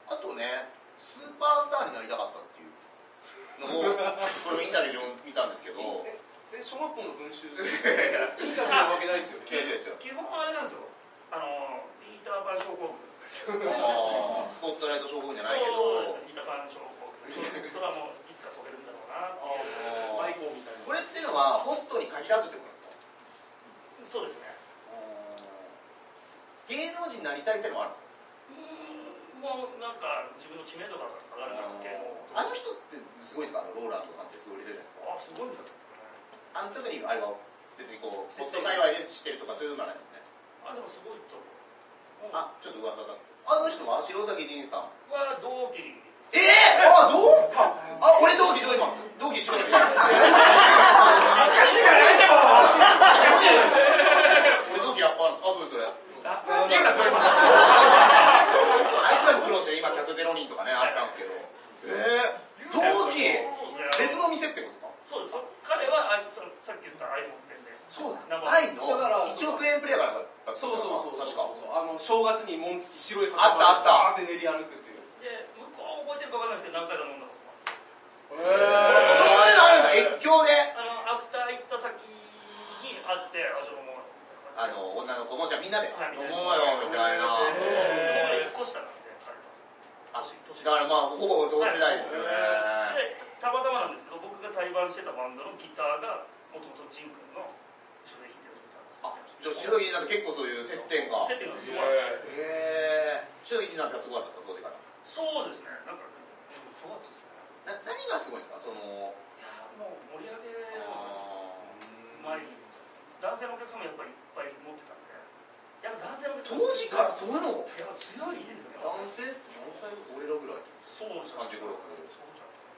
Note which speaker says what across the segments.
Speaker 1: タビュー読ん見たんですけど
Speaker 2: ええ小学校の文集でイ
Speaker 1: い
Speaker 2: ン
Speaker 1: や
Speaker 2: タビューなわけないですよね
Speaker 1: 違う違う違う
Speaker 3: 基本はあれなんですよあのピーター・パン症候群
Speaker 1: あースポットライト症候群じゃないけ
Speaker 3: そう
Speaker 1: ど
Speaker 3: ですねピーター・パン症候群そそれはもういつか飛べるんだろうなって
Speaker 1: あー
Speaker 2: バイコンみたいな
Speaker 1: これっていうのはホストに限らずってことですか
Speaker 3: そうですね
Speaker 1: 芸能人になりたいってのもあるんです
Speaker 3: うーんもうなんか自分の知名度が上がる関係の
Speaker 1: かあの人ってすごいですかあのローランドさんってすごい売れてるじゃないですか
Speaker 3: あすごいんだけどね
Speaker 1: あの特にあれは別にこうホスト界隈ですしてるとかそういうのはないですね
Speaker 3: あでもすごいと思う
Speaker 1: あちょっと噂だったんですあの人は白崎仁さん
Speaker 3: は同期
Speaker 1: ええー、あどうああ俺同期上位マンです同 期一番上
Speaker 3: 恥ずかしいからでも恥ずかしい
Speaker 1: 俺同期ラッパーなんですあそうですそれ
Speaker 3: ラッパーっていうのはちょい
Speaker 1: あいつらも苦労して今客ゼロ人とかねあったんですけどええー、同期別の店ってことですか
Speaker 3: そうです彼はあいそのさっき言った iPhone 店で
Speaker 1: そう
Speaker 3: だ
Speaker 1: 愛の
Speaker 2: だから
Speaker 1: 1億円プレイヤーからだった
Speaker 2: そうそうそう
Speaker 1: 確
Speaker 2: そう
Speaker 1: か
Speaker 2: そうあの正月に紋付き白い
Speaker 1: あったあった
Speaker 2: バーって練り歩くっていう
Speaker 3: で向こう覚えてるか分かんないですけど何回か飲んだことが
Speaker 2: へ
Speaker 1: そういうのあるんだ越境で
Speaker 3: あのアフター行った先に会ってあじゃあ飲もうよみたいな
Speaker 1: あの女の子もじゃあみんなで飲
Speaker 3: はいみんなで
Speaker 1: もうよみたいな
Speaker 3: で僕ら1個下なんで彼
Speaker 1: あ
Speaker 3: は
Speaker 1: だからまあほぼ同世代ですよね
Speaker 3: でたまたまなんですけど僕が対バンしてたバンドのギターがもともとジン君の後ろで弾いてるギター
Speaker 1: あじゃあ白木なんて結構そういう接点が
Speaker 3: 接
Speaker 1: へ
Speaker 3: 点がすごい
Speaker 1: え白木なんかすごかったですか当時から
Speaker 3: そうですねなんかうんそうだったですね
Speaker 1: な何がすごいんですかその
Speaker 3: いやもう盛り上げ
Speaker 1: あ
Speaker 3: の前に男性のお客様やっぱりいっぱい持ってたんでやっぱ男性の
Speaker 1: ー
Speaker 3: お
Speaker 1: 当
Speaker 3: 客様
Speaker 1: 時からそういうのを
Speaker 3: いや強いですね
Speaker 1: 男性って何歳俺らぐらい
Speaker 3: そうじゃ
Speaker 1: 35
Speaker 3: ん
Speaker 1: 6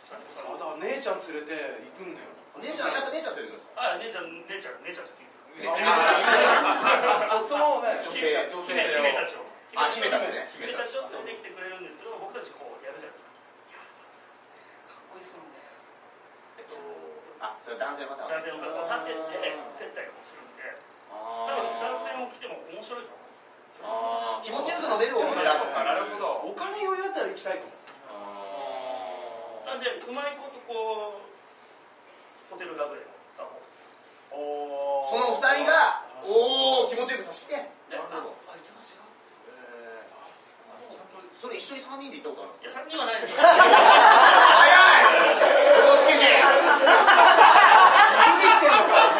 Speaker 3: そうじゃん
Speaker 2: そうだ姉ちゃん連れて行くんだよ
Speaker 1: 姉ちゃんやっぱ姉ちゃん連れてくるんですか
Speaker 3: あ姉ちゃん姉ちゃん姉ちゃんって言っていいですか
Speaker 2: そそのね
Speaker 1: 女性
Speaker 2: 女性
Speaker 3: 姫姫たちを
Speaker 1: あ姫たちね
Speaker 3: 姫たちを連れてきてくれるんですけど僕たちこうやるじゃないですかいやさすがっすねかっこいいっすもんね
Speaker 1: えっとあそれ男性の方
Speaker 3: 男性の方が立ってって接待をするんで多分男性も来ても面白いと思う
Speaker 1: あー気持ちよく飲めるお店だとか
Speaker 4: なるほど
Speaker 2: お金余裕あったら行きたいかも
Speaker 3: なんでうまいことこうホテルラブレのさも
Speaker 2: おー
Speaker 1: その二人がおお気持ちよくさして
Speaker 3: であ
Speaker 1: なるほど
Speaker 3: 開いてますよい
Speaker 1: それ一緒に三人で行ったことあるんです
Speaker 3: や3人はないですよい
Speaker 1: か早い常識人
Speaker 2: 続いてるのか
Speaker 1: 下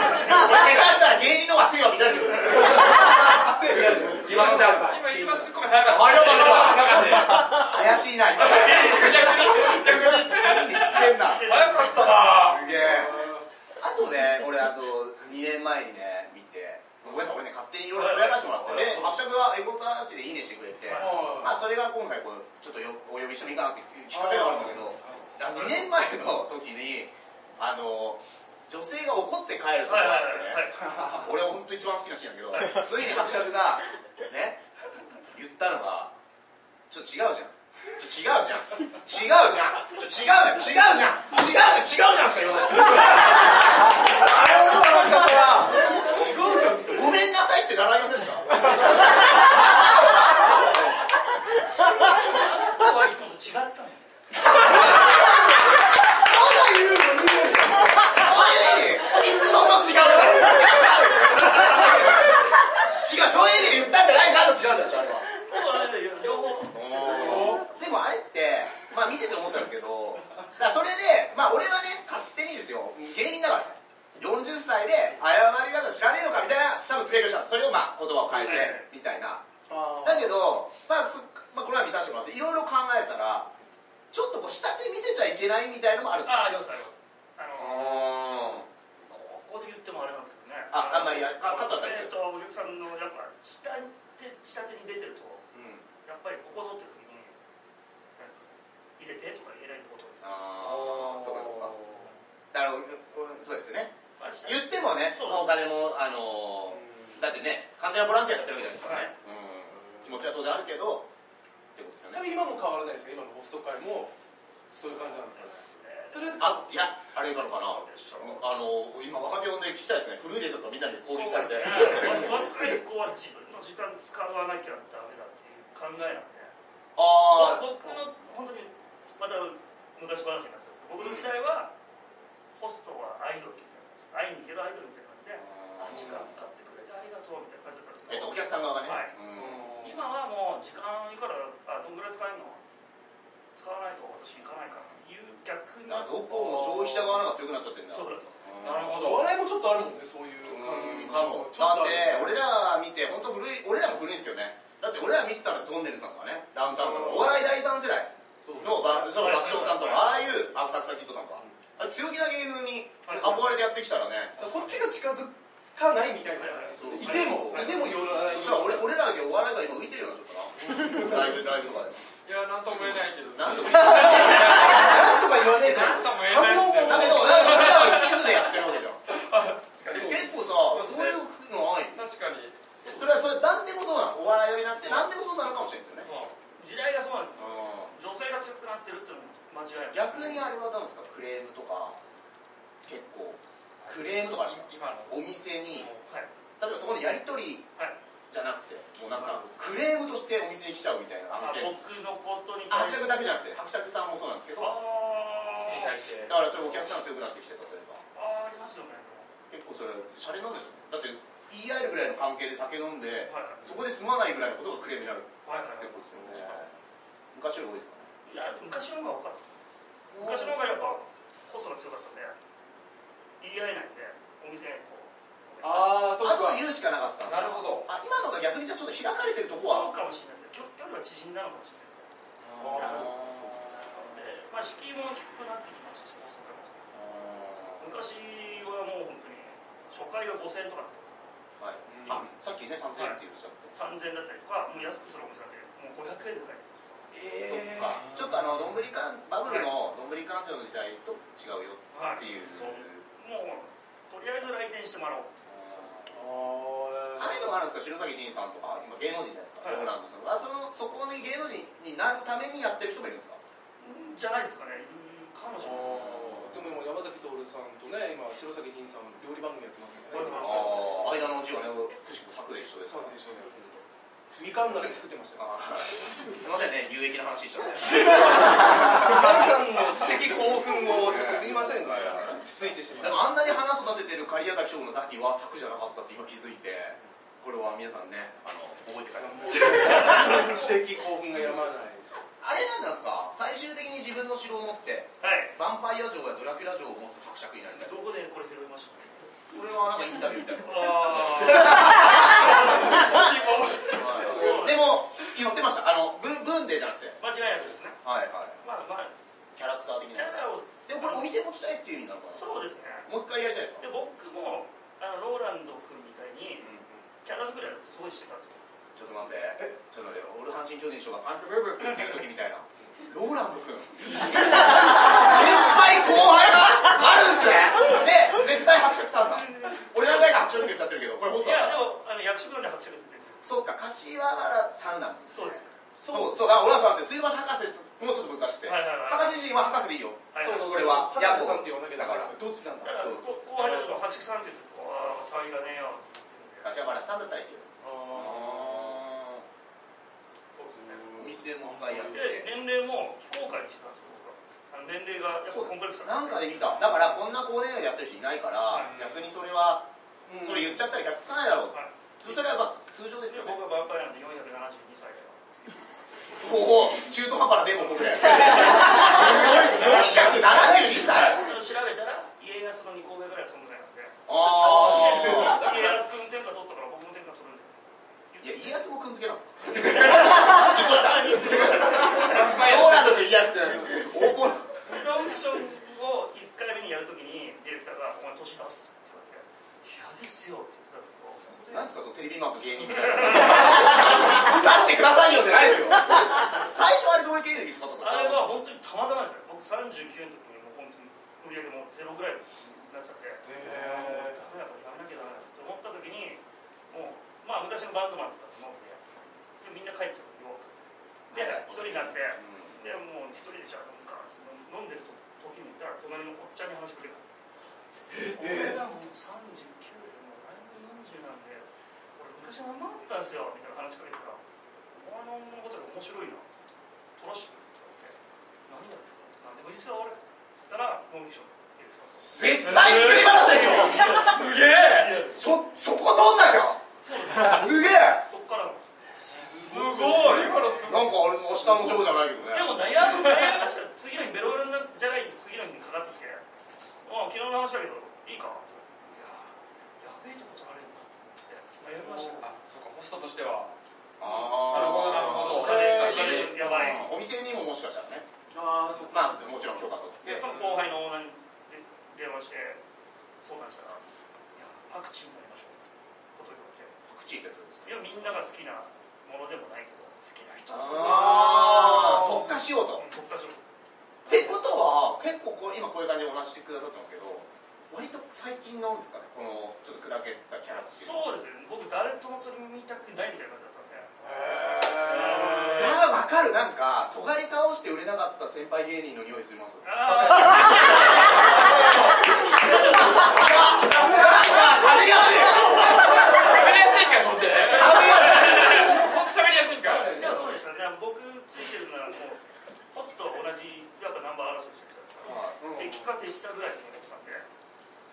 Speaker 1: 手したら芸人の方が背が乱れてくる
Speaker 2: 熱いリ
Speaker 1: 今
Speaker 2: アル
Speaker 1: のじゃん
Speaker 4: 今一番ツッコミ早かった
Speaker 1: 早かった
Speaker 4: 早かったよ
Speaker 1: 怪しいな今
Speaker 4: 逆に逆に
Speaker 1: 三人で行ってんな
Speaker 4: 早かったな
Speaker 1: すげえあとね、俺あと2年前にね、見て、ごめんなさい、俺ね、勝手にいろいろやらしてもらって、で、マシャクがエゴサーチでいいねしてくれて、まあ、それが今回こう、ちょっとよお呼びしてもいいかなっていうきっかけがあるんだけど、2年前の時に、あの、女性が怒って帰るとこ
Speaker 3: は
Speaker 1: があ
Speaker 3: いはいは
Speaker 1: ってね、俺本当
Speaker 3: い
Speaker 1: 一番好きなシーンだけど、ついに伯爵が、ね、言ったのが、ちょっと違うじゃん。ちょっと違うじゃん。違うじゃん。ちょっと違う違うじゃん。違う違うじゃんしか言わない。あれ思わなかったら、違うじゃん。ごめんなさいって習いませんでした。
Speaker 3: 僕はいつもと違ったんで
Speaker 1: そういう意味、いつもと違うから。違う。違う、そういう意味で言ったんじゃないさと違うじゃん、あれは。
Speaker 3: 僕はね両方
Speaker 1: でもあれって、まあ見てて思ったんですけど、だからそれで、まあ俺はね、勝手にですよ、芸人だからね、40歳で謝り方知らねえのかみたいな、多分つぶやきをした。それをまあ言葉を変えて、みたいな。
Speaker 2: あ
Speaker 1: だけど、まあ、そまあこれは見させてもらっていろいろ考えたらちょっとこう下手見せちゃいけないみたいのもあるんですよ
Speaker 3: あありますありますあ
Speaker 1: あ
Speaker 3: のここで言ってもあれなんですけどね
Speaker 1: ああんまりやか肩だけ
Speaker 3: えっ、とお客さんのやっぱ下手下手に出てると
Speaker 1: ーうん
Speaker 3: やっぱりここぞって時になんですか入れてとか入れないことです、
Speaker 1: あーそうかそうかだからうんそうですよね
Speaker 3: まあ、下
Speaker 1: 言ってもね
Speaker 3: そう
Speaker 1: まあお金もあのーだってね完全なボランティアやってるわけじゃないですかね、うん、気持ちは当然あるけどってことですよ
Speaker 2: ち
Speaker 1: ね
Speaker 2: なみに今も変わらないですか今のホスト界もそういう感じなんですかねそれ
Speaker 1: あいやあれからかな
Speaker 3: でしょう
Speaker 1: あのー今若手呼んで聞きたいですね古いですとかみんなに攻撃されて
Speaker 3: そうですね若い子は自分の時間使わなきゃダメだっていう考えなんで
Speaker 1: ああ
Speaker 3: 僕の本当にまた昔話になっちゃうんですけど僕の時代は、ホスえるの使わないと私行かないからいう逆に
Speaker 1: だからどこも消費者側の方が強くなっちゃってるんだ
Speaker 3: そうだと
Speaker 1: うん
Speaker 4: なるほ
Speaker 2: お
Speaker 4: ど
Speaker 2: 笑いもちょっとあるもんねそういう
Speaker 1: うん
Speaker 2: 感
Speaker 1: か
Speaker 2: じ
Speaker 1: も
Speaker 2: ちょ
Speaker 1: だっ
Speaker 2: っとあ
Speaker 1: て俺
Speaker 2: る
Speaker 1: ら見て本当古い俺らも古いんですけどねだって俺ら見てたらトンネルさんとかねダウンタウンさんとかお笑い第三世代
Speaker 2: そう
Speaker 1: のばその爆笑さんとかああいうあサクサキッドさんとかあ強気な芸風に憧れてやってきたらね
Speaker 2: こっちが近づかないみたいな
Speaker 1: そう
Speaker 2: いてもいてもよらない
Speaker 1: そしたら俺俺らだけお笑いが今浮いてるようなちょっと なライブライブとかで
Speaker 4: いやなんとも言えないけど
Speaker 1: なんとも
Speaker 4: 言え
Speaker 1: 言えない
Speaker 2: なんとか言わねえか
Speaker 4: なんとも言えないですね
Speaker 1: だけど俺らは一途でやってるわけじゃん
Speaker 4: 確かに
Speaker 1: 結構さ
Speaker 4: そ
Speaker 1: そうういうのない
Speaker 4: 確かに
Speaker 1: それはそれなんでもそうなのお笑いがいなくてなんでもそうなのかもしれないですよね
Speaker 4: まあ
Speaker 3: 時代がそうなんです女性が強くなってるっていうのも間違いない
Speaker 1: 逆にあれは何ですかクレームとか結構クレームとかあるんですか
Speaker 4: 今の
Speaker 1: お店に
Speaker 3: はい
Speaker 1: 例えばそこのやり取り
Speaker 3: はい
Speaker 1: じゃなくてもうなんかクレームとしてお店に来ちゃうみたいなあの
Speaker 3: あ
Speaker 1: 件
Speaker 3: 僕のことに
Speaker 1: あ伯
Speaker 3: 対して
Speaker 1: 爵だけじゃなくて伯爵さんもそうなんですけどだか
Speaker 4: に
Speaker 3: あー
Speaker 4: 対して
Speaker 1: らそれお客さん強くなってきて例えば
Speaker 3: あーありますよね
Speaker 1: 結構それシャレなんですよだって言い合えるぐらいの関係で酒飲ん
Speaker 3: はい
Speaker 1: で
Speaker 3: はい
Speaker 1: そこで済まないぐらいのことがクレームになる
Speaker 3: はいはい
Speaker 1: 結構ですよね昔より多いですかね
Speaker 3: いや昔の方が多かった昔の方がやっぱホストが強かったんで言い合えないんでお店にこう
Speaker 2: ああそう
Speaker 1: あと
Speaker 2: か
Speaker 1: 言うしかなかったんだ
Speaker 4: なるほど
Speaker 1: あ今のが逆にじゃあちょっと開かれてるとこ
Speaker 3: そう
Speaker 1: は
Speaker 3: かもしれないですね距距離は縮んだのかもしれないですね
Speaker 1: あー
Speaker 3: でまあ敷居も低くなってきましたしホストからも昔はもう本当に初回が5000円とかだったんです
Speaker 1: はいあさ
Speaker 3: よ
Speaker 1: っきね3000円って言いましたっけ
Speaker 3: 3000円だったりとかもう安くするお店だってもう500円で買える
Speaker 1: そっか
Speaker 2: え
Speaker 1: ちょっとあのどんぶりかんバブルのどんぶり勘定の時代と違うよ
Speaker 3: は
Speaker 1: っていう
Speaker 3: そうもうとりあえず来店してもらおう
Speaker 2: ー
Speaker 1: ああいうの
Speaker 2: あ
Speaker 1: があるんですか白崎仁さんとか今芸能人じゃないですか
Speaker 3: はい
Speaker 1: ローランドさんあそのそこに芸能人になるためにやってる人もいるんですか
Speaker 3: うんじゃないですかねうんか
Speaker 2: ー
Speaker 3: もしれない
Speaker 2: でも今山崎徹さんとね今白崎銀さん料理番組やってますけど
Speaker 3: 料理
Speaker 2: ね
Speaker 3: 番
Speaker 1: ああ間のうちはねくしくも柵で一緒ですか
Speaker 2: そ
Speaker 1: ら
Speaker 2: うでしょうねみかん鍋作ってましたよ
Speaker 1: あーすいませんね有益な話しちゃって
Speaker 2: お母さんの知的興奮をちょっとすいませんねつついてし
Speaker 1: で
Speaker 2: まう
Speaker 1: もあんなに花育ててる狩矢崎翔のさっきは柵じゃなかったって今気づいてこれは皆さんねあの覚えて帰ってください
Speaker 2: 知的興奮がやまない
Speaker 1: あれなんですか最終的に自分の城を持って
Speaker 3: はい
Speaker 1: ヴァンパイア城やドラキュラ城を持つ伯爵になるみたいな
Speaker 3: どこでこれ拾いましたか
Speaker 1: これはなんかインタビューみたいな
Speaker 3: あ
Speaker 1: はいでも言ってましたあの文文でじゃなくて
Speaker 3: あ間違いなくですね
Speaker 1: はいはい
Speaker 3: まあまあ
Speaker 1: キャラクター的
Speaker 3: キ
Speaker 1: な
Speaker 3: ャラを
Speaker 1: でもこれお店持ちたいっていう意味なのかな
Speaker 3: そうですね
Speaker 1: もう一回やりたいですか
Speaker 3: で僕もあのローランド君みたいにキャラ作りはすごいしてたんですけど
Speaker 1: ちょっと待ってちょっと待って俺阪神巨人師匠がパンクブーブーって言う時みたいなローランド君先輩後輩があるんすねで絶対伯爵さんだ俺何回か伯爵って言っちゃってるけどこれホスト
Speaker 3: い
Speaker 1: だ
Speaker 3: やで
Speaker 1: から
Speaker 3: もあの役職なんで伯爵ですね
Speaker 1: そうか柏原さんなんです
Speaker 3: そうです
Speaker 1: そうそうだから俺はそうなんです水橋博士ですもうちょっと難しくて、
Speaker 3: はいはいはい
Speaker 1: 博士自身は博士でいいよ
Speaker 3: はいはい
Speaker 1: そう
Speaker 2: これはヤコさんって呼んだけどだから
Speaker 1: だ
Speaker 2: どっちなんだ
Speaker 3: だ
Speaker 1: そ
Speaker 3: から
Speaker 1: うそ
Speaker 3: こ後輩たちが伯爵さんって言うとああ騒ぎがねえよ
Speaker 1: 柏原さんだったらいいけどお
Speaker 3: そうですね
Speaker 1: 店もう一回やって
Speaker 3: で年齢も非公開にしてたんですよ僕はあの年齢がやっぱ
Speaker 1: そう
Speaker 3: コンプレックス
Speaker 1: なんか
Speaker 3: で
Speaker 1: で見ただからこんな高年齢でやってる人いないから、
Speaker 3: うん
Speaker 1: 逆にそれはそれ言っちゃったら逆つかないだろう、
Speaker 3: はい
Speaker 1: それはやっぱ通常ですよね
Speaker 3: 僕はヴァンパイアなんで472歳だよ
Speaker 1: ほうほう中途半端なデモこ れ472歳
Speaker 3: それを調べたら家康の2個上ぐらいの存在なんで
Speaker 1: ああ
Speaker 3: 家康君天下取ったから僕も天下取るんだよ
Speaker 1: いや家康もくんづけなんですか引っ越した
Speaker 3: 引っ越した
Speaker 1: ローランドと家康君大物
Speaker 3: でオーディションを1回目にやるときにディレクターが「お前年出す」って言われて「いやですよ」って言ってたんですけど
Speaker 1: なんですかそのテレビマンと芸人みたいな出してくださいよじゃないですよ最初あれどういう経緯で見つかったんです
Speaker 3: あれ
Speaker 1: か
Speaker 3: は本当にたまたまですね僕39の時にもう本当に売り上げもゼロぐらいになっちゃってもう
Speaker 2: へ
Speaker 3: ダメだからやめなきゃダメだって思った時にもうまあ昔のバンドマンとかと飲んででみんな帰っちゃうよで
Speaker 1: はいはい
Speaker 3: 一人になって
Speaker 1: う
Speaker 3: で
Speaker 1: ん
Speaker 3: もう一人でじゃあ飲むかって飲んでると時にいたら隣のおっちゃんに話しかけたんですよ俺らもう39でもう来年40なんで俺昔何もあったんですよみたいな話しかけたら「お前の物語面白いな」とろしくって言われて「何がですか?」何でもいいっすよ俺」って言ったらノンフィクションのディレクターさ
Speaker 1: 絶対作
Speaker 3: ん
Speaker 1: り話でしょ
Speaker 4: すげえ
Speaker 1: そ、そこ取んなきゃ
Speaker 3: そうです
Speaker 1: すげえ
Speaker 3: そっからの
Speaker 4: すごい今のす
Speaker 1: なんかあれも下の上じゃないけど
Speaker 3: で
Speaker 1: ね
Speaker 3: も悩んで悩みました次の日ベロベロになじゃない次の日にかかってきて「あ昨日の話だけどいいか?」って「いややべえとことあるんだ」と思って悩みましたよ
Speaker 4: あそうかホストとしては
Speaker 1: あー
Speaker 4: なるほどなるほど
Speaker 1: これ
Speaker 4: 確
Speaker 3: かにやばい
Speaker 1: お店にももしかしたらね
Speaker 2: ああそっ
Speaker 1: まあ
Speaker 2: か
Speaker 1: もちろん許可取っ
Speaker 3: で
Speaker 1: て
Speaker 3: その後輩のオーナーに電話して相談したら「いやパクチーになりましょう」ってこと言われて
Speaker 1: パクチーってどうですか
Speaker 3: いやみんなが好きなものでもないけど好きな人は
Speaker 1: あー特化しようと
Speaker 3: 好き特化す
Speaker 1: っ
Speaker 3: る
Speaker 1: てことは結構こう今こういう感じでお話ししてくださってますけど割と最近なんですかねこのちょっと砕けたキャラっていうの
Speaker 3: そうですね僕誰ともそれ見たくないみたいな感じだったんで
Speaker 1: い
Speaker 2: へ
Speaker 1: や分かるなんか尖り倒して売れなかった先輩芸人の匂いするます
Speaker 3: あ
Speaker 1: 喋りやすい
Speaker 4: 喋りやすいんかいほんで
Speaker 1: 喋りや
Speaker 4: ほんと喋りやすいんか
Speaker 3: あでもそうでしたね僕ついてるのはもうホストと同じやっぱナンバー争いしてるじゃないで
Speaker 2: え
Speaker 3: すか敵か手下ぐらいのお客さんで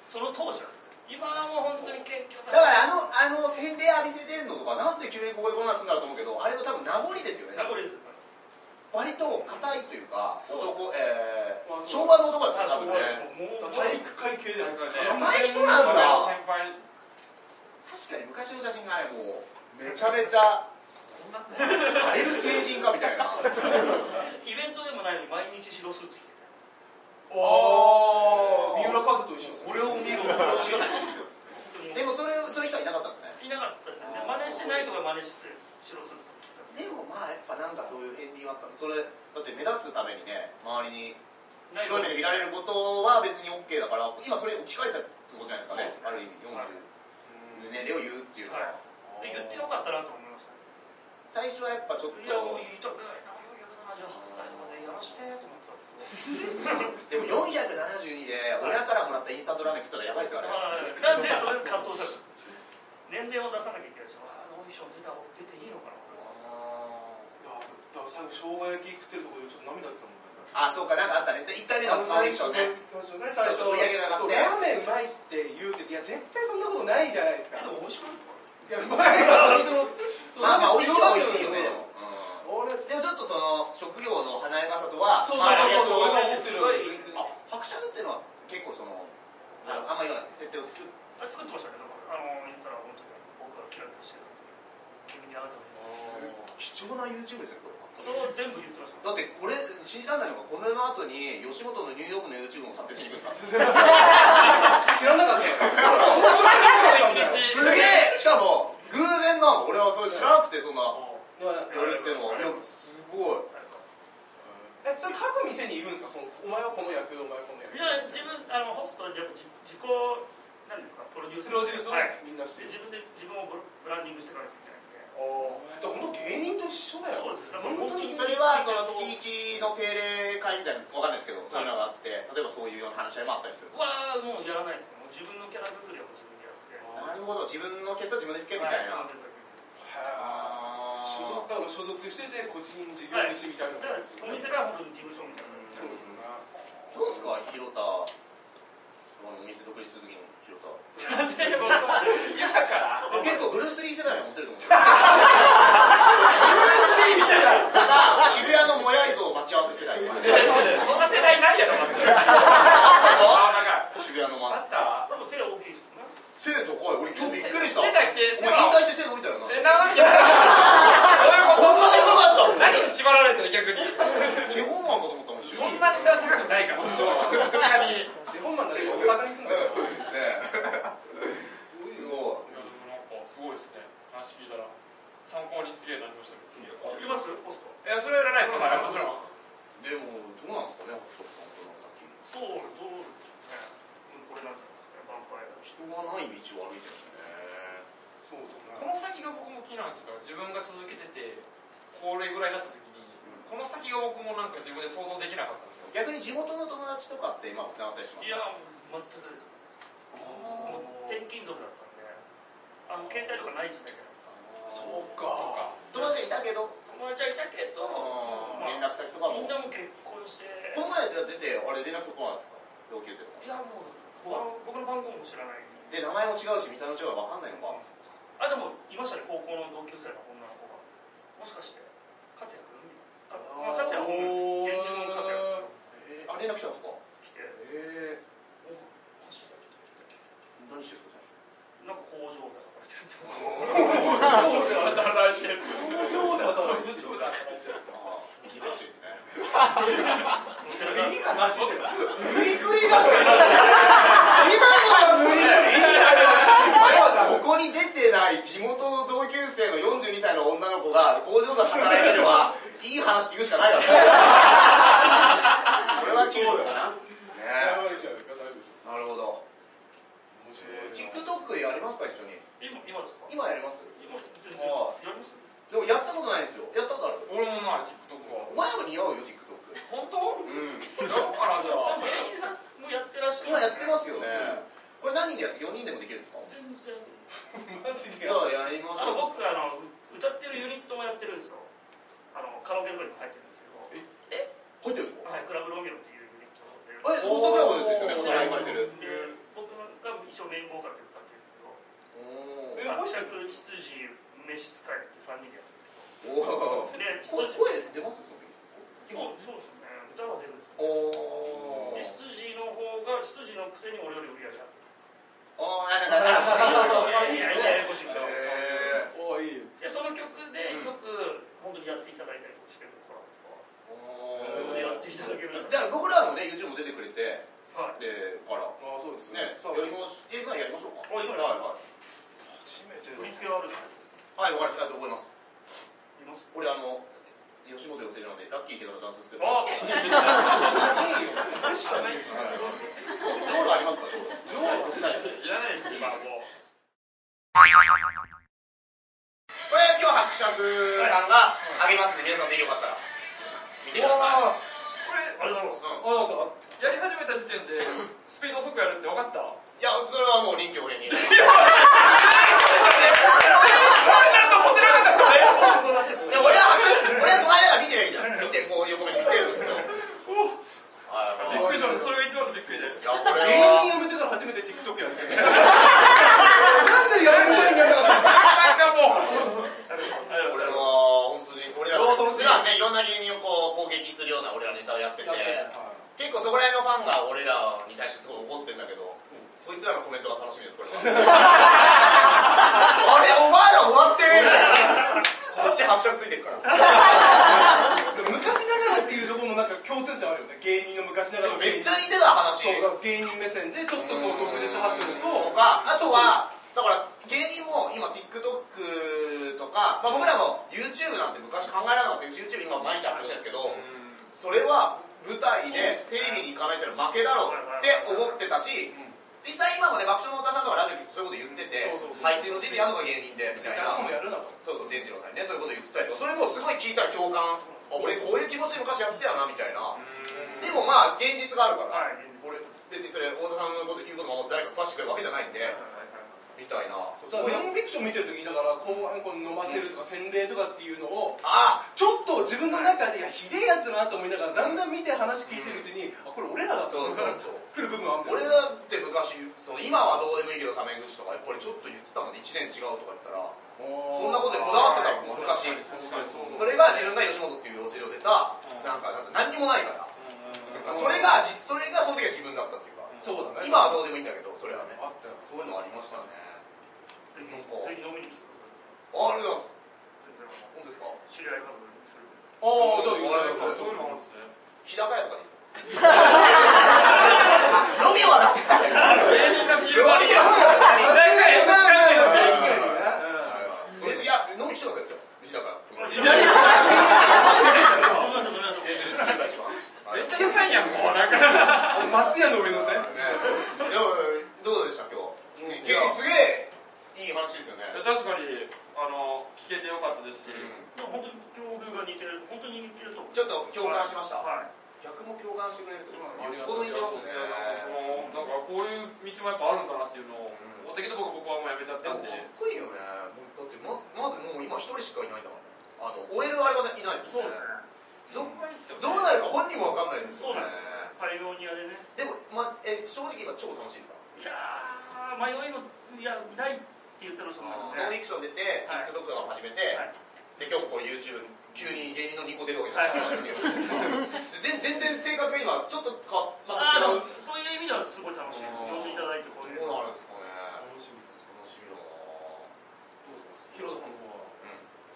Speaker 3: その当時なんですね今はもう本当に謙虚
Speaker 1: だ
Speaker 3: さ
Speaker 1: からあのあの洗礼浴びせてんのとかなんで急にここでこんなんすんだろうと思うけどあれの多分名残ですよね
Speaker 3: 名残ですよ
Speaker 1: 割と硬いというか
Speaker 3: そうです
Speaker 1: 男、え
Speaker 2: まあ
Speaker 1: ー、
Speaker 2: そう
Speaker 1: 昭和の男です
Speaker 3: あ
Speaker 1: よ多分ね
Speaker 3: もうもう
Speaker 2: 体育会系だよ
Speaker 1: 若い人なんだ
Speaker 4: 先輩
Speaker 1: 確かに昔の写真がねもうめちゃめちゃ荒れる成人かみたい な
Speaker 3: イベントでもないのに毎日白スーツ着てて
Speaker 2: おー三浦和と一緒ですね
Speaker 3: 俺を見ろ
Speaker 1: で
Speaker 3: でも
Speaker 1: もそれそういう人はいなかったんですね
Speaker 3: いなかったですね真似してないとか真似して白スーツとか着てたんです
Speaker 1: でもまあやっぱなんかそういう片鱗はあったのそれだって目立つためにね周りに白い目で見られることは別に OK だから今それ置き換えたってことじゃないですかね
Speaker 3: そうですね
Speaker 1: ある意味40年
Speaker 3: はい
Speaker 1: 齢を言うっていうのは、
Speaker 3: で言ってよかったなと思いましたね
Speaker 1: 最初はやっぱちょっと
Speaker 3: いやもう言いたくないな478歳とかでやらしてと思ってたんですけ
Speaker 1: で
Speaker 3: ど
Speaker 1: も472で親からもらったインスタントラーメン食ったらやばいですよね
Speaker 3: なんでそれ葛藤したの年齢を出さなきゃいけないしああオーディション出た出ていいのかな俺は
Speaker 2: あーだから最後生姜焼き食ってるとこでちょっと涙出たもんね
Speaker 1: あそうかなんかあったねで1回目のオーディションね
Speaker 2: 最
Speaker 1: ちょっと盛
Speaker 2: 初
Speaker 1: り上げなかった
Speaker 2: そうラーメンうまいって言うけどいや絶対そんなことないじゃないですか
Speaker 3: えで
Speaker 2: い
Speaker 3: も面白いですか
Speaker 2: やうまいわその
Speaker 1: まあまあ美味しいは美味しいよねで
Speaker 2: 俺
Speaker 1: も、でもちょっとその職業の華やかさとは
Speaker 2: そうそう
Speaker 1: まあ
Speaker 2: そう
Speaker 1: あれと
Speaker 2: 俺もする全然
Speaker 1: あ伯爵っていうのは結構そのああんまような設定を作る
Speaker 3: あ作ってましたけどあの言ったら本当に僕がキラキラしてる君に会うために
Speaker 1: 貴重な YouTube ですよこれは
Speaker 3: 言葉を全部言ってまし
Speaker 1: だ
Speaker 3: た
Speaker 1: ってこれ信じられないのがこの世の後に吉本のニューヨークの YouTube も撮影しに行くんだす
Speaker 2: 知らなかったよ
Speaker 4: 一日
Speaker 1: げえしかも偶然なの俺はそれ知らなくてそんな
Speaker 2: ま
Speaker 1: や
Speaker 2: あ
Speaker 1: るってのはいやすごい
Speaker 2: えそれ各店にいるんですかそのお前はこの役お前はこの役
Speaker 3: いや自分あのホストでやっぱ自自己なんですかプロデュース
Speaker 2: プロデュースを
Speaker 3: はい
Speaker 2: みんなして
Speaker 3: で自分で自分をブロブランディングしていかなきゃいけない
Speaker 2: ああ本当芸人
Speaker 3: んで
Speaker 2: と一緒だよ
Speaker 3: そうですだから本当に
Speaker 1: それはその月1の定例会みたいなわかんないですけどそういうのがあって例えばそういうような話し合いもあったりする
Speaker 3: 僕はもうやらないですねもう自分のキャラ作りは自分でやって
Speaker 1: なるほど自分のケツは自分で拭けみたいな、
Speaker 3: はい
Speaker 1: あ
Speaker 2: 所
Speaker 1: ー
Speaker 2: 属だから所属してて個人事業主みたいな
Speaker 3: だからお店が本当に事務所みたいな
Speaker 2: そうですよね
Speaker 1: どうですか広田あのお店独立する時の広田
Speaker 3: なんで僕は
Speaker 4: 嫌だから
Speaker 1: 結構ブルース・リー世代にはモテると思うんですよ ブルース・リーみたいなただ渋谷のもやい像待ち合わせ世代あっ
Speaker 4: そんな世代ないやろまず
Speaker 1: たぞ
Speaker 4: あなんか
Speaker 1: 渋谷のま
Speaker 4: あった
Speaker 3: でも背大きいですよね
Speaker 1: 背高い俺今日びっくりしたお
Speaker 4: 背だけ
Speaker 1: 前引退して背伸びたよな
Speaker 4: えなわけない
Speaker 1: そんなでかかったの
Speaker 4: 何に縛られてる逆に
Speaker 1: 地方マンかと思ったもん
Speaker 4: そんなに高くないからさすがに
Speaker 2: で本番だね大阪に住んだから
Speaker 1: すごい
Speaker 4: いやでもなんかすごいですね話聞いたら参考にすげえなりましたけどい
Speaker 3: いますホスト
Speaker 4: やそれはいらないですよまだもちろん
Speaker 1: でもどうなんですかね北斗さんとの先
Speaker 3: そうどうでしょうねうんこれなんじゃないですかねヴァンパイアの
Speaker 1: 人がない
Speaker 3: 人
Speaker 1: 道を歩いてるんです
Speaker 2: そうそう
Speaker 4: この先が僕も気になるんですよ自分が続けててこれぐらいになった時にこの先が僕もなんか自分で想像できなかったんですよ
Speaker 1: ね逆に地元の友達とかって今もつながったりします
Speaker 3: いや全くですもう転勤族だったんであの携帯とかない時代じゃないですか
Speaker 2: そう
Speaker 4: そっ
Speaker 2: か
Speaker 4: か
Speaker 1: 友達いたけど
Speaker 3: 友達はいたけどま
Speaker 1: 連
Speaker 3: あ
Speaker 1: 絡先とか
Speaker 3: み
Speaker 1: も
Speaker 3: んなも結婚して
Speaker 1: この前出てあれ連絡とかなんですか同級生とか
Speaker 3: いやもう僕の僕の番号も知らない
Speaker 1: で名前も違うし見た目も違うから分かんないのか
Speaker 3: あでもいましたね高校の同級生の女の子がもしかして勝也君みたいなかまあ、達也は本
Speaker 2: おー
Speaker 3: 現地の達也なんです
Speaker 1: えーあ連絡来たんですか
Speaker 3: けど来て
Speaker 2: え
Speaker 3: お走ったって言って
Speaker 1: 何してるんですか
Speaker 3: なんか工場で働いてるってこと工場で働
Speaker 2: ー、工場で働いて
Speaker 3: いてる
Speaker 2: る
Speaker 3: 工場で働いてる
Speaker 1: ああ疑惑ですね
Speaker 2: いい話だよ
Speaker 1: 無理くりだぞ今のは無理くりだよここに出てない地元の同級生の42歳の女の子が工場で働いてるのはいい話って言うしかないからねこれは聞こうよなね
Speaker 2: いいんじゃないですか大丈夫でしょ
Speaker 1: なるほど
Speaker 2: 面
Speaker 1: TikTok やりますか一緒に
Speaker 3: 今今ですか
Speaker 1: 今やります
Speaker 3: 今全然
Speaker 1: あ
Speaker 3: やります
Speaker 1: でもやったことないんですよやったことある
Speaker 4: 俺もない TikTok は
Speaker 1: お前も似合うよ TikTok
Speaker 4: 本当
Speaker 1: うん
Speaker 4: やろうかなじゃあ
Speaker 3: 芸人さんもやってらっしゃる
Speaker 1: 今やってますよねこれ何人でやるんですか4人でもできるんですか
Speaker 3: 全然
Speaker 2: マジ
Speaker 1: じ
Speaker 2: で
Speaker 1: ゃあやります
Speaker 3: あの
Speaker 1: よ
Speaker 3: 僕あの歌ってるユニットもやってるんですよあのカラオケとかにも入ってるんですけど
Speaker 1: 入ってるんですか
Speaker 3: はいクラブロミオっていうユニットで
Speaker 1: えソースクラブですよね働いてる
Speaker 3: で僕が一応メインボーカルで歌ってるんですけど
Speaker 1: おー
Speaker 2: え
Speaker 3: 伯爵執事召使いって3人でやって
Speaker 1: おー
Speaker 3: るんです
Speaker 1: 声
Speaker 3: け
Speaker 1: 声出
Speaker 3: どで執事
Speaker 1: ますその時
Speaker 3: そうそうですね歌は出るん
Speaker 1: おー
Speaker 3: ですよで執事の方が執事のくせに俺より売り上げある
Speaker 1: おーなんかなんか
Speaker 3: いやいやややこしいけど
Speaker 1: へー
Speaker 2: おーいいよ
Speaker 3: でその曲でよく本当にやっていただいたりとかしてるコラボとか
Speaker 1: お
Speaker 3: でや
Speaker 1: ー
Speaker 3: っていただける
Speaker 1: だ
Speaker 3: な
Speaker 1: から僕らもね YouTube も出てくれて
Speaker 3: はい
Speaker 1: でから
Speaker 2: ああそうです
Speaker 1: ね
Speaker 2: ねそう
Speaker 1: やりますえ今やりましょうか
Speaker 3: お今やりましょ
Speaker 2: 初めて
Speaker 3: 振り付
Speaker 2: け
Speaker 3: けはあるの
Speaker 1: はいはいわかりました覚えます
Speaker 3: います
Speaker 1: 俺あの吉本養成所なんでラッキー池田のダンスですけど
Speaker 3: あ
Speaker 2: ないよこれしかないよ
Speaker 1: ジョールありますかジョールジョール世代これ
Speaker 3: いらないです今もう
Speaker 1: 今日伯爵さんがあげますんで皆さんでよかったら見てください
Speaker 2: あ
Speaker 4: こ
Speaker 3: あ
Speaker 4: れ
Speaker 3: りがとうございます
Speaker 1: うん
Speaker 2: あそう
Speaker 4: やり始めた時点でスピード速くやるって分かった
Speaker 1: いやそれはもう臨機応変に
Speaker 4: なんと思ってなかったっすね
Speaker 3: こうなっちゃっ
Speaker 1: いや俺は拍手です俺は隣だから見てないじゃん見てこう横目に見てるずっとあ
Speaker 4: びっくりしましたそれが一番のびっくりで
Speaker 1: いやこれ
Speaker 2: 芸
Speaker 1: は
Speaker 2: 人辞めてから初めて TikTok やってるなんでやめる前にやらなかった
Speaker 4: なんかもう
Speaker 1: これは本当に俺ら
Speaker 2: ロードのせ
Speaker 1: 普
Speaker 2: い
Speaker 1: 段ねいろんな芸人をこう攻撃するような俺らネタをやってて結構そこら辺のファンが俺らに対してすごい怒ってるんだけどそいつらのコメントが楽しみです これはあれお前ら終わってるみたいなこっち伯爵ついてるから
Speaker 2: でも昔ながらっていうところもなんか共通点あるよね芸人の昔な
Speaker 1: で
Speaker 2: がら
Speaker 1: も
Speaker 2: の
Speaker 1: めっち
Speaker 2: 芸人
Speaker 1: ゃ似てた話
Speaker 2: そう芸人目線でちょっとこう特別発表
Speaker 1: と
Speaker 2: と
Speaker 1: かあとはだから芸人も今 TikTok とか、まあ、僕らも YouTube なんて昔考えられなかったです YouTube 今毎日アップしてるんですけどそれは舞台でテレビに行かないってのは負けだろうって思ってたし実際今もね爆笑の太田さんとかラジオでそういうこと言ってて
Speaker 2: そうそうそう
Speaker 1: 排水の時期やるのが芸人でみたいな
Speaker 2: 高もやるなと
Speaker 1: そうそう伝次郎さんにねそういうこと言ってたけどそれもすごい聞いたら共感あ俺こういう気持ちで昔やってたよなみたいなでもまあ現実があるから
Speaker 3: はい
Speaker 1: 俺別にそれ太田さんのこと言うことも誰か詳してくれるわけじゃないんでみたいな。
Speaker 2: そうノンフィクション見てる時にだから公安こう飲ませるとか洗礼とかっていうのを
Speaker 1: あ
Speaker 2: ちょっと自分の中でいやひでえやつだなと思いながらだんだん見て話聞いてるうちにあこれ俺らだと
Speaker 1: そう
Speaker 2: 思
Speaker 1: そうそう
Speaker 2: 来る部分はあんだ
Speaker 1: 俺
Speaker 2: よ
Speaker 1: だって昔その今はどうでもいいけどタメ口とかやっぱりちょっと言ってたので1年違うとか言ったらそんなことにこだわってたもん昔
Speaker 4: 確かにそう
Speaker 1: それが自分が吉本っていう養成所出たなんかなんか何にもないからそれがじそれがその時は自分だったっていうか
Speaker 2: そうだね
Speaker 1: 今はどうでもいいんだけどそれはね
Speaker 2: あったよ
Speaker 1: そういうのありましたね
Speaker 3: ぜひぜひ飲みに来てくださ
Speaker 1: あ
Speaker 3: い
Speaker 1: ありがとうございます
Speaker 3: 全然
Speaker 1: 本当ですか
Speaker 3: 知り合いかもする
Speaker 2: ああどういう
Speaker 1: そうそうそう
Speaker 4: そういうのもあるんですね
Speaker 1: 日高屋とかですか飲み終わらせたい
Speaker 4: 芸人が見る割には
Speaker 2: 確かにな
Speaker 1: えい
Speaker 2: 確かにな
Speaker 1: や飲み来てくださいよ日高屋
Speaker 3: い
Speaker 1: 日
Speaker 3: や
Speaker 1: 高
Speaker 3: いやいや
Speaker 1: 屋一番
Speaker 4: めっちゃ高いやんもうなんか
Speaker 2: あの松屋の上のね
Speaker 1: ね、でもどうでした今日、ね、結構すげえいい話ですよね
Speaker 4: 確かにあの聞けてよかったですし
Speaker 3: 本当に境遇が似てる本当に似てると思う
Speaker 1: ちょっと共感しました、
Speaker 3: はい
Speaker 1: 逆も共感してくれるってこと
Speaker 2: うん
Speaker 1: よっぽど似てますね
Speaker 4: そのなんかこういう道もやっぱあるんだなっていうのを持ってきて僕僕はもうやめちゃっ
Speaker 1: で
Speaker 4: た
Speaker 1: も
Speaker 4: んで
Speaker 1: かっこいいよねだってまずまずもう今一人しかいないんだからあの OL あれはいないです
Speaker 3: そう
Speaker 1: もん
Speaker 3: で
Speaker 1: ね
Speaker 3: すね
Speaker 4: すごいっすよね
Speaker 1: どうなるか本人もわかんないですよね
Speaker 3: パイオニアでね
Speaker 1: でも、ま、え正直今超楽しいですか
Speaker 3: いやー迷いもいやないって言ってましたも
Speaker 1: ノン
Speaker 3: ん
Speaker 1: フ
Speaker 3: ね
Speaker 1: ィクション出て
Speaker 3: はい
Speaker 1: TikTok とかも始めて、
Speaker 3: はい
Speaker 1: で今日もこう YouTube 急に芸人の2個出るわけだから全全然生活が今ちょっと変わまた違う
Speaker 3: そういう意味ではすごい楽しいです呼んでいただいてこうい
Speaker 1: そ
Speaker 3: う
Speaker 1: うなんですかね
Speaker 2: 楽しみ
Speaker 1: 楽しみだ
Speaker 2: どうですかヒロの方は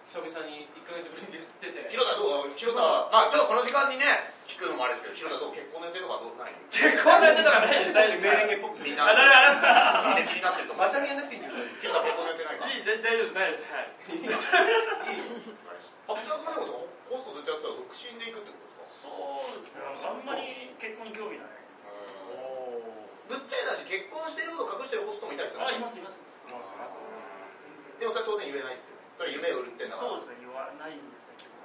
Speaker 2: 久々に1ヶ月ぶりにやってて
Speaker 1: 広田どう広田まあちょっとこの時間にね聞くのもあれですけど広田どう結婚の予定とかどうない
Speaker 3: 結婚なんてとかないです
Speaker 2: メレンゲっぽくす
Speaker 1: みん
Speaker 2: る
Speaker 1: な
Speaker 3: あだから
Speaker 1: みん
Speaker 3: だから
Speaker 1: な気になってると思う
Speaker 2: マチャミやんなくていいんですよ
Speaker 1: 広田結婚の予定ないか
Speaker 4: いい、大大丈夫、ないです。はい。
Speaker 1: 白石君でもホストずっとやってたら独身で行くってことですか
Speaker 3: そうですねあんまり結婚に興味ない
Speaker 1: ぶっちゃけだし結婚してること隠してるホストもいたりする
Speaker 3: あい
Speaker 1: んですよ
Speaker 3: ますいます
Speaker 2: まあそり
Speaker 1: でも
Speaker 2: ゃそうだ
Speaker 3: 全
Speaker 1: それは当然言えないですよそれは夢を売るってんだ
Speaker 3: 然そう
Speaker 1: から
Speaker 3: ですね言わないんですね結構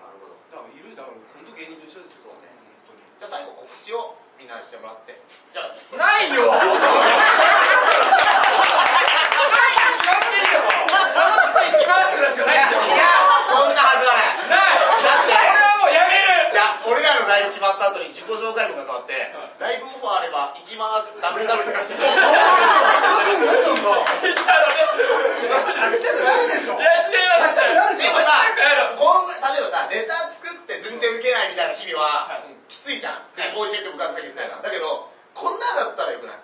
Speaker 1: なるほど
Speaker 2: だからいるだから本当芸人と一緒ですよ
Speaker 1: そうね
Speaker 2: 本当に
Speaker 1: じゃあ最後告知をみんなしてもらってじゃあ
Speaker 4: ないよ。ないよ。決まってんよ。楽しさ行きますぐらいしかないでしょ。
Speaker 1: そんなはずはない
Speaker 4: ない。
Speaker 1: だって
Speaker 4: これはもうやめる。
Speaker 1: いや俺らのライブ決まった後に自己紹介文が変わってライブオファーあれば行きます WW とかして
Speaker 4: 言っちゃダメ。
Speaker 2: 勝ちたくなるでしょ
Speaker 4: いや、違います。
Speaker 1: でもさこん例えばさネタ作って全然ウケないみたいな日々はきついじゃんねボーイチェックガンガン言ったいなだけどこんなだったらよくない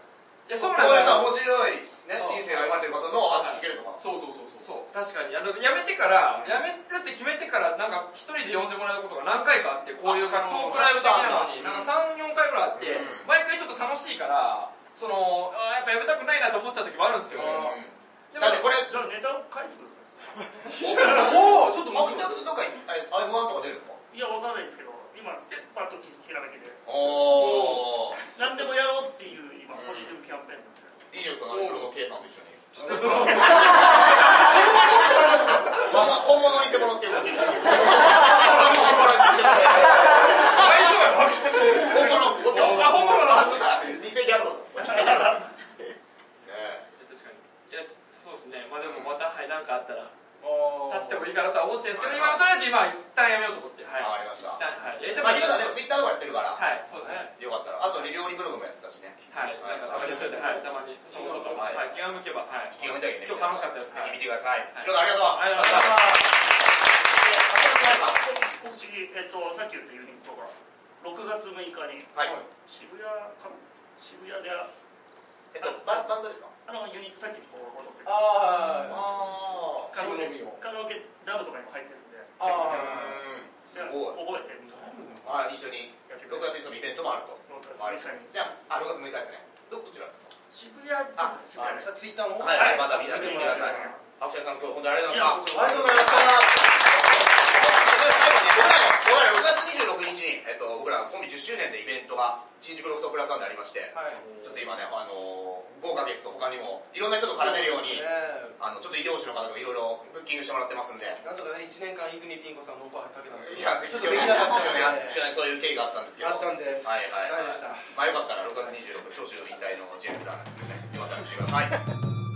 Speaker 4: いや、そう
Speaker 1: こういうさ
Speaker 4: なんだよ。
Speaker 1: 面白いね人
Speaker 2: うん
Speaker 1: 生を歩まれてる方のお話聞けるとか
Speaker 2: そうそうそうそう
Speaker 4: そう確かにあのやめてからやめるって決めてからなんか一人で呼んでもらうことが何回かあってこういう格闘クライブ的なのに
Speaker 1: あ
Speaker 4: なんか34回ぐらいあって
Speaker 1: うん
Speaker 4: 毎回ちょっと楽しいからそのあーやっぱやめたくないなと思っちゃう時もあるんですよ
Speaker 1: だ
Speaker 4: でも
Speaker 1: ってこれ
Speaker 3: じゃあネタを書いてくださ
Speaker 2: おおちょっと
Speaker 1: 目
Speaker 2: 待
Speaker 1: 標
Speaker 2: って
Speaker 1: とかあれ M1 とか出るんですか
Speaker 3: いいやわかんないですけど今パッとひらめき で
Speaker 1: おー
Speaker 3: 何でもやろうっていう今ポジティブキャンペーンなんで
Speaker 1: いいよとなるの K さんと一緒に
Speaker 2: そう思ってました
Speaker 1: 本物本物偽物っていうことで本物偽物偽物
Speaker 4: 大丈 夫やろ
Speaker 1: 本物、こっちは
Speaker 4: あ本物だ
Speaker 1: あっちだ偽ギャルだ偽ギャルだねえ
Speaker 4: 確かにいやそうですねまあでもまたはい何かあったら
Speaker 2: あ
Speaker 4: 立ってもいいかなとは思ってるんですけど今とりあえず今一旦やめようと思っては
Speaker 1: あわ
Speaker 4: い
Speaker 1: かりまし
Speaker 4: 一
Speaker 1: たま
Speaker 4: 旦はいえでも
Speaker 1: あ、リュウさんでもツイッターとかやってるから
Speaker 4: はいそうですね
Speaker 1: よかったらあとね料理ブログもやってたしね
Speaker 4: はい、なんかたまにそうやってはい、たまに、そうそうそう、はい、気が向けば、はい。
Speaker 1: 気を見てあげて
Speaker 4: 今日楽しかったです。
Speaker 1: ぜ
Speaker 4: はい
Speaker 1: ひ見てください
Speaker 4: はい
Speaker 1: ヒロトありがとう
Speaker 4: ありがとうござい
Speaker 1: あ
Speaker 3: 告知、えっと、さっき言ったユニットが6月6日に
Speaker 1: はい
Speaker 3: 渋谷かな渋谷であ
Speaker 1: えっとババンドですか
Speaker 3: のユニットさっきこう踊ってた
Speaker 2: あ
Speaker 1: あ
Speaker 2: カラオケ飲みを
Speaker 3: カラオケダムとかにも入ってるんで
Speaker 2: あ
Speaker 1: う
Speaker 2: あ
Speaker 1: んす
Speaker 3: 覚
Speaker 1: ごい
Speaker 3: えてみたい
Speaker 1: あ
Speaker 3: な
Speaker 1: 一緒に
Speaker 3: やって
Speaker 1: 6
Speaker 3: くれ
Speaker 1: 月いつもイベントもあると
Speaker 3: 6月
Speaker 1: はい
Speaker 3: 6日に
Speaker 1: じゃああ6月6日ですねどどちらですか
Speaker 3: 渋谷です渋谷です
Speaker 2: ツイッターの
Speaker 1: はい
Speaker 3: はい
Speaker 1: また見てみてくださいアクシャさん今日本当にありがとうございました
Speaker 2: ありがとうございました
Speaker 1: 僕ら6月26日に、えっと、僕らコンビ10周年でイベントが新宿ロフトプラスワンでありまして、
Speaker 2: はい
Speaker 1: ちょっと今ね、あのー豪華ゲスト他にもいろんな人と絡めるように、あのちょっと医療士の方とかいろいろブッキングしてもらってますんで、い
Speaker 2: なんとかね1年間泉ピン子さんのオファーかけたんですけど
Speaker 1: や、
Speaker 2: ちょっとできなかったの
Speaker 1: やってな
Speaker 2: で
Speaker 1: いそういう経緯があったんですけど、
Speaker 2: あったんです
Speaker 1: はいはい
Speaker 2: 大
Speaker 1: はい
Speaker 2: 変でした
Speaker 1: まあよかったら6月26日、長州の引退のジェンダーなんですけどね、よかったら来てください。